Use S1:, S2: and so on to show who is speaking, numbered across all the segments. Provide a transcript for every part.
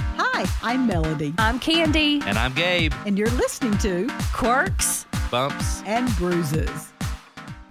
S1: Hi, I'm Melody,
S2: I'm Candy.
S3: And I'm Gabe.
S1: and you're listening to
S2: Quirks.
S3: Bumps.
S1: And Bruises.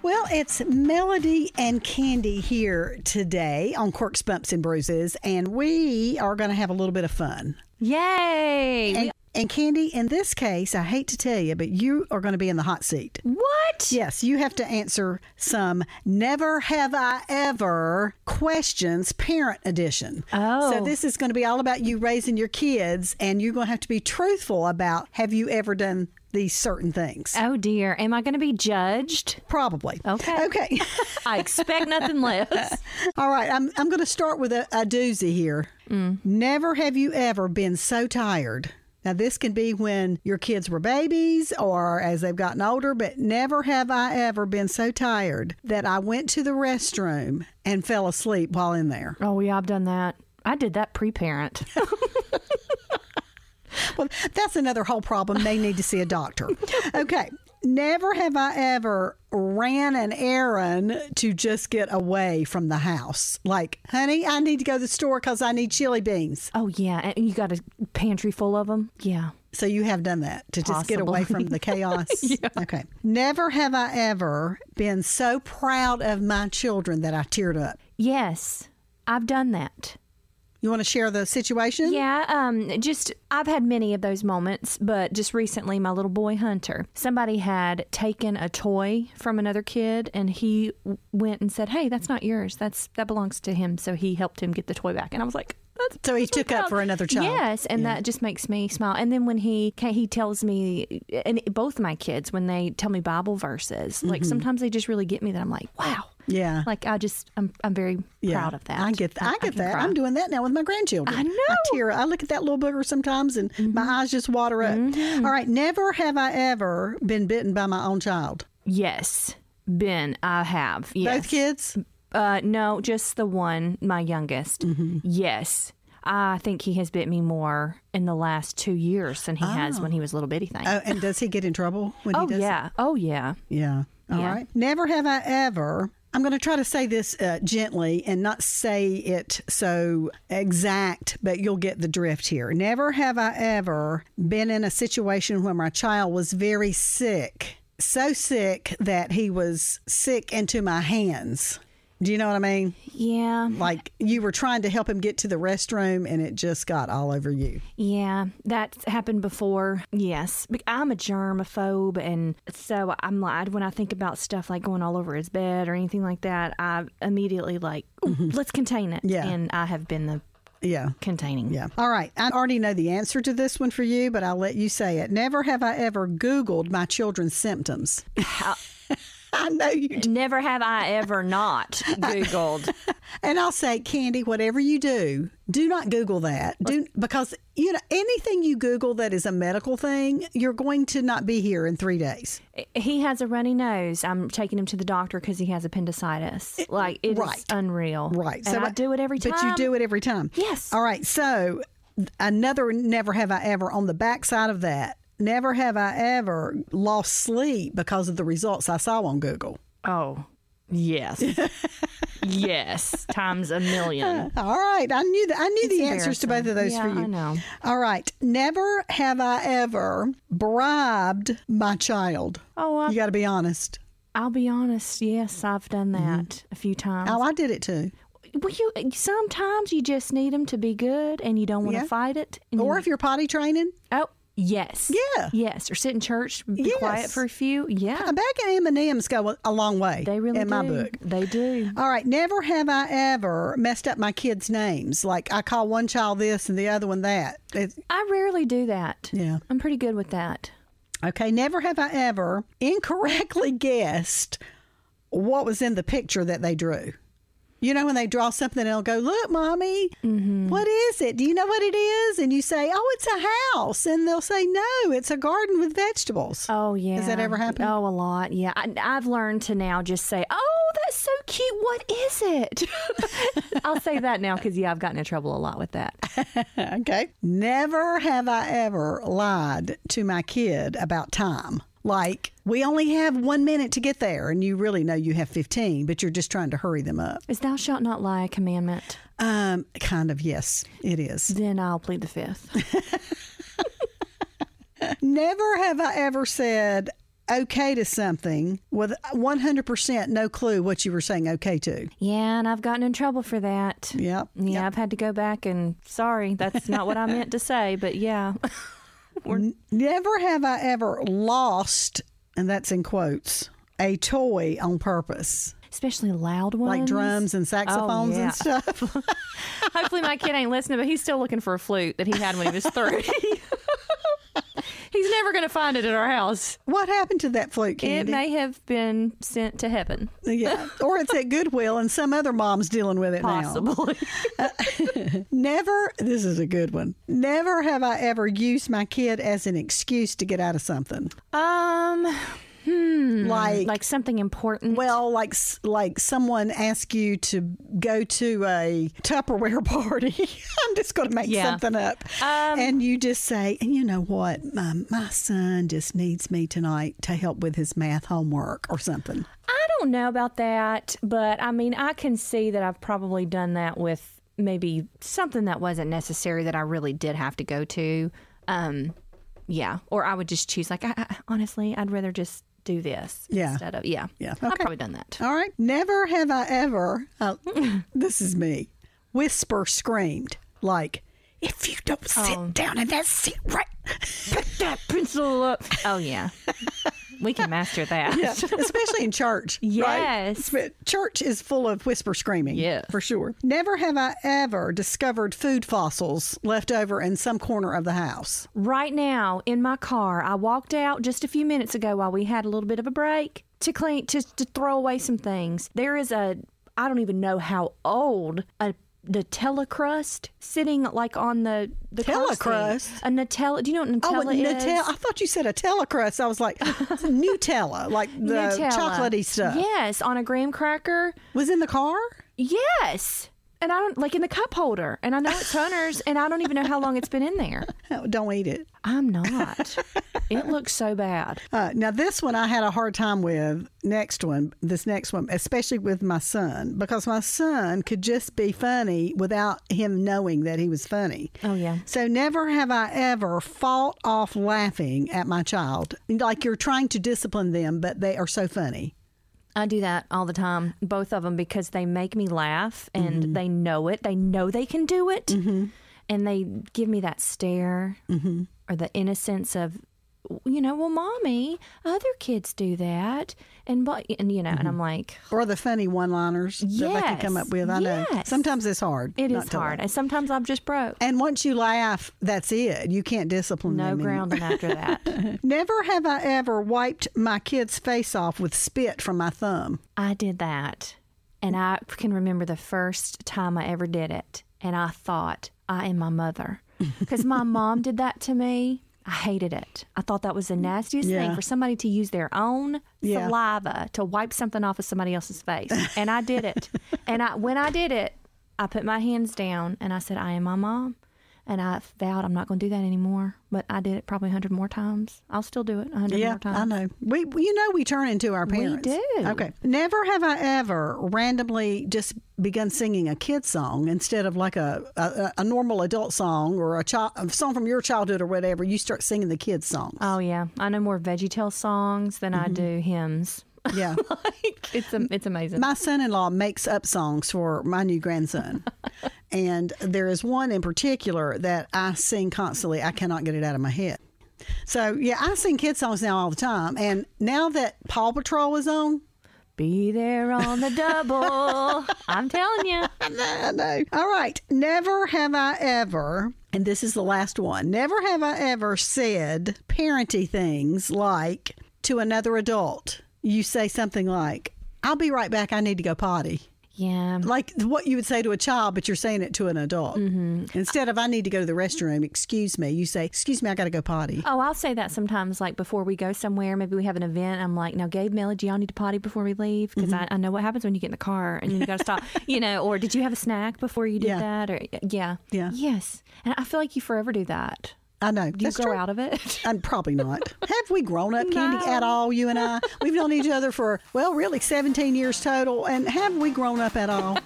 S4: Well, it's Melody and Candy here today on Quirks, Bumps, and Bruises, and we are going to have a little bit of fun.
S2: Yay.
S4: And, and Candy, in this case, I hate to tell you, but you are going to be in the hot seat.
S2: what?
S4: Yes, you have to answer some never have I ever questions, parent edition.
S2: Oh.
S4: So this is going to be all about you raising your kids, and you're going to have to be truthful about have you ever done these certain things?
S2: Oh dear. Am I going to be judged?
S4: Probably.
S2: Okay.
S4: Okay.
S2: I expect nothing less.
S4: All right, I'm, I'm going to start with a, a doozy here. Never have you ever been so tired. Now, this can be when your kids were babies or as they've gotten older, but never have I ever been so tired that I went to the restroom and fell asleep while in there.
S2: Oh, yeah, I've done that. I did that pre parent.
S4: Well, that's another whole problem. They need to see a doctor. Okay. Never have I ever ran an errand to just get away from the house. Like, honey, I need to go to the store because I need chili beans.
S2: oh, yeah. And you got a pantry full of them? Yeah.
S4: So you have done that to just get away
S2: Possibly.
S4: from the chaos. Okay. Never have I ever been so proud of my children that I teared up.
S2: Yes, I've done that.
S4: You want to share the situation?
S2: Yeah, um, just I've had many of those moments, but just recently, my little boy Hunter, somebody had taken a toy from another kid, and he w- went and said, "Hey, that's not yours. That's that belongs to him." So he helped him get the toy back, and I was like, "That's."
S4: So he
S2: that's my
S4: took up
S2: child."
S4: for another child.
S2: Yes, and that just makes me smile. And then when he ca- he tells me, and both my kids when they tell me Bible verses,
S4: Mm-hmm.
S2: like sometimes they just really get me that I'm like, wow,
S4: Yeah.
S2: like I just I'm I'm very proud of that.
S4: I get that. I get
S2: can
S4: that.
S2: cry.
S4: I'm doing that now with my grandchildren.
S2: I know. Mm-hmm.
S4: I tear. I look at that little booger sometimes, and my eyes just water up. All right. Never have I ever been bitten by my own child.
S2: Yes, Ben, I have. Yes.
S4: Both kids.
S2: Uh, no, just the one, my youngest.
S4: Mm-hmm.
S2: Yes. I think he has bit me more in the last two years than he has when he was a little bitty thing.
S4: Oh, and does he get in trouble when
S2: oh,
S4: he does?
S2: yeah. Oh, yeah.
S4: Yeah. All right.
S2: Yeah.
S4: Never have I ever. I'm going to try to say this uh, gently and not say it so exact, but you'll get the drift here. Never have I ever been in a situation where my child was very sick, so sick that he was sick into my hands. Do you know what I mean?
S2: Yeah.
S4: Like you were trying to help him get to the restroom and it just got all over you.
S2: Yeah. That's happened before. Yes. Be- I'm a germaphobe. And so I'm like, when I think about stuff like going all over his bed or anything like that, I immediately like, "Ooh, let's contain it.
S4: Mm-hmm. Yeah.
S2: And I have been the
S4: Yeah.
S2: containing.
S4: Yeah. All right. I already know the answer to this one for you, but I'll let you say it. Never have I ever Googled my children's symptoms. I know you do.
S2: Never have I ever not Googled.
S4: And I'll say, Candy, whatever you do, do not Google that. Do because you know anything you Google that is a medical thing, you're going to not be here in three days.
S2: He has a runny nose. I'm taking him to the doctor because he has appendicitis. like it is
S4: right.
S2: unreal.
S4: Right.
S2: And I do it every time.
S4: But you do it every time.
S2: Yes.
S4: All right. So another never have I ever on the backside of that. Never have I ever lost sleep because of the results I saw on Google.
S2: Oh, yes, yes, times a million.
S4: All right, I knew that. I knew the answers to both of those
S2: Yeah,
S4: for you.
S2: I know.
S4: All right, never have I ever bribed my child.
S2: Oh, I,
S4: You got to be honest.
S2: I'll be honest. Yes, I've done
S4: Mm-hmm.
S2: that a few times.
S4: Oh, I did it too.
S2: well, you sometimes you just need them to be good, and you don't want to
S4: Yeah.
S2: fight it. And
S4: Or
S2: you-
S4: if you're potty training,
S2: oh, yes,
S4: Yeah.
S2: yes, or sit in church, be quiet
S4: Yes.
S2: for a few. Yeah,
S4: a bag of M and M's go a- a long way.
S2: they really
S4: in
S2: do.
S4: my book.
S2: They do.
S4: All right, never have I ever messed up my kids' names. Like I call one child this and the other one that. It-
S2: I rarely do that.
S4: Yeah.
S2: I'm pretty good with that.
S4: okay, never have I ever incorrectly guessed what was in the picture that they drew. You know, when they draw something, they'll go, Look, mommy, what is it? Do you know what it is? And you say, Oh, it's a house. And they'll say, No, it's a garden with vegetables.
S2: Oh yeah.
S4: Has that ever happened?
S2: Oh, a lot. Yeah. I, I've learned to now just say, "Oh, that's so cute. What is it?" I'll say that now because yeah, I've gotten in trouble a lot with that.
S4: Okay. Never have I ever lied to my kid about time. Like, we only have one minute to get there, and you really know you have 15, but you're just trying to hurry them up.
S2: Is thou shalt not lie a commandment?
S4: Um, kind of, yes, it is.
S2: Then I'll plead the fifth.
S4: Never have I ever said okay to something with 100% no clue what you were saying okay to.
S2: yeah, and I've gotten in trouble for that.
S4: Yep.
S2: Yeah, I've had to go back and sorry, that's not what I meant to say, but yeah.
S4: Never have I ever lost, and that's in quotes, a toy on purpose,
S2: Especially loud ones.
S4: like drums and saxophones
S2: Oh, yeah.
S4: and stuff.
S2: Hopefully, my kid ain't listening, but he's still looking for a flute that he had when he was three. he's never going to find it at our house.
S4: What happened to that flute,
S2: It
S4: Candy?
S2: may have been sent to heaven,
S4: yeah. Or it's at Goodwill, and some other mom's dealing with it now.
S2: possibly.
S4: Never, this is a good one. Never have I ever used my kid as an excuse to get out of something.
S2: um, hmm,
S4: Like-
S2: like something important.
S4: Well, like s- like someone asked you to go to a Tupperware party. I'm just going to make
S2: Yeah.
S4: something up,
S2: Um,
S4: and you just say, and you know what, my, my son just needs me tonight to help with his math homework or something.
S2: I don't know about that, but I mean, I can see that I've probably done that with maybe something that wasn't necessary that I really did have to go to. Um, yeah, or I would just choose like, I, I, honestly, I'd rather just do this
S4: Yeah.
S2: instead of yeah,
S4: Yeah.
S2: I've
S4: Okay.
S2: probably done that.
S4: All right, never have I ever. Uh, this is me. Whisper screamed like, "If you don't sit
S2: Oh.
S4: down in that seat right."
S2: that pencil up. Oh yeah, we can master that.
S4: Yeah, especially in church. right?
S2: Yes.
S4: But church is full of whisper screaming.
S2: Yes.
S4: For sure. Never have I ever discovered food fossils left over in some corner of the house.
S2: Right now in my car, I walked out just a few minutes ago while we had a little bit of a break to clean to, to throw away some things. There is a I don't even know how old a Nutella crust sitting like on the the car
S4: Nutella
S2: seat.
S4: crust?
S2: A Nutella. Do you know what
S4: Oh,
S2: Nutella
S4: and
S2: is?
S4: Nutella. I thought you said a Nutella crust. I was like, Nutella, like the
S2: Nutella.
S4: chocolatey stuff.
S2: Yes, on a graham cracker.
S4: Was in the car?
S2: Yes. And I don't like in the cup holder. And I know it's Hunter's and I don't even know how long it's been in there.
S4: Oh, don't eat it.
S2: I'm not. it looks so bad.
S4: Uh, now, this one I had a hard time with. Next one, this next one, especially with my son, because my son could just be funny without him knowing that he was funny.
S2: Oh, yeah.
S4: So, never have I ever fought off laughing at my child. Like you're trying to discipline them, but they are so funny.
S2: I do that all the time, both of them, because they make me laugh and they know it. They know they can do it. And they give me that stare or the innocence of, you know, well, mommy, other kids do that. And, but, and you know, and I'm like,
S4: Or the funny one liners that they can come
S2: Yes,
S4: up with. I know.
S2: yes.
S4: Sometimes it's hard.
S2: it
S4: not
S2: is
S4: to laugh.
S2: hard. And sometimes I'm just broke.
S4: And once you laugh, that's it. You can't discipline
S2: No
S4: them. anymore.
S2: grounding after that.
S4: Never have I ever wiped my kid's face off with spit from my thumb.
S2: I did that. And I can remember the first time I ever did it. And I thought, I am my mother. Because my mom did that to me. I hated it. I thought that was the nastiest
S4: Yeah.
S2: thing for somebody to use their own
S4: Yeah.
S2: saliva to wipe something off of somebody else's face. And I did it. and I, when I did it, I put my hands down and I said, I am my mom. And I vowed I'm not going to do that anymore. But I did it probably 100 more times. I'll still do it 100
S4: Yeah,
S2: more times.
S4: I know. We, you know, we turn into our parents.
S2: do.
S4: Okay. Never have I ever randomly just begun singing a kid song instead of like a a, a normal adult song or a, child, a song from your childhood or whatever. You start singing the kids song.
S2: Oh yeah, I know more VeggieTale songs than
S4: Mm-hmm.
S2: I do hymns.
S4: yeah.
S2: like it's am- it's amazing.
S4: My son-in-law makes up songs for my new grandson. and there is one in particular that I sing constantly. I cannot get it out of my head. So, yeah, I sing kid songs now all the time. And now that Paw Patrol is on,
S2: Be there on the double. I'm telling you.
S4: I know. All right. Never have I ever, and this is the last one, never have I ever said parenty things like to another adult. You say something like, I'll be right back. I need to go potty.
S2: Yeah.
S4: Like what you would say to a child, but you're saying it to an adult.
S2: Mm-hmm.
S4: Instead of, I need to go to the restroom, excuse me, you say, excuse me, I got to go potty.
S2: Oh, I'll say that sometimes. Like before we go somewhere, maybe we have an event. I'm like, now, Gabe, Melody, y'all need to potty before we leave because
S4: Mm-hmm.
S2: I, I know what happens when you get in the car and you got to stop. you know, or did you have a snack before you did
S4: Yeah.
S2: that? Or yeah,
S4: Yeah.
S2: yes. And I feel like you forever do that.
S4: I know.
S2: Do you
S4: That's
S2: grow
S4: true.
S2: out of it?
S4: And probably not. Have we grown up, Candy,
S2: No.
S4: at all? You and I, we've known each other for well, really, seventeen years total. And have we grown up at all?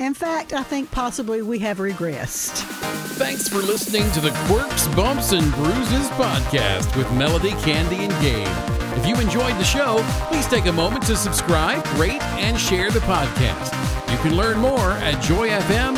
S4: In fact, I think possibly we have regressed.
S3: Thanks for listening to the Quirks, Bumps, and Bruises podcast with Melody, Candy, and Gabe. If you enjoyed the show, please take a moment to subscribe, rate, and share the podcast. You can learn more at joyfm.org.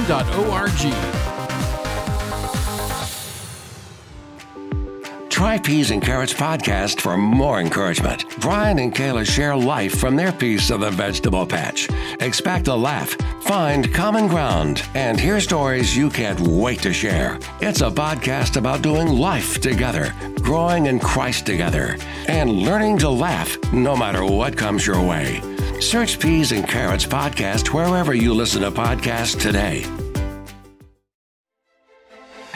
S5: Try Peas and Carrots podcast for more encouragement. Brian and Kayla share life from their piece of the vegetable patch. Expect a laugh, find common ground, and hear stories you can't wait to share. It's a podcast about doing life together, growing in Christ together, and learning to laugh no matter what comes your way. Search Peas and Carrots podcast wherever you listen to podcasts today.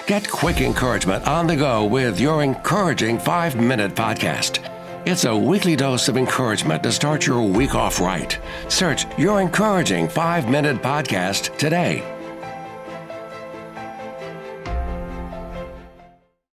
S5: Get quick encouragement on the go with your encouraging five minute podcast. It's a weekly dose of encouragement to start your week off right. Search your encouraging five minute podcast today.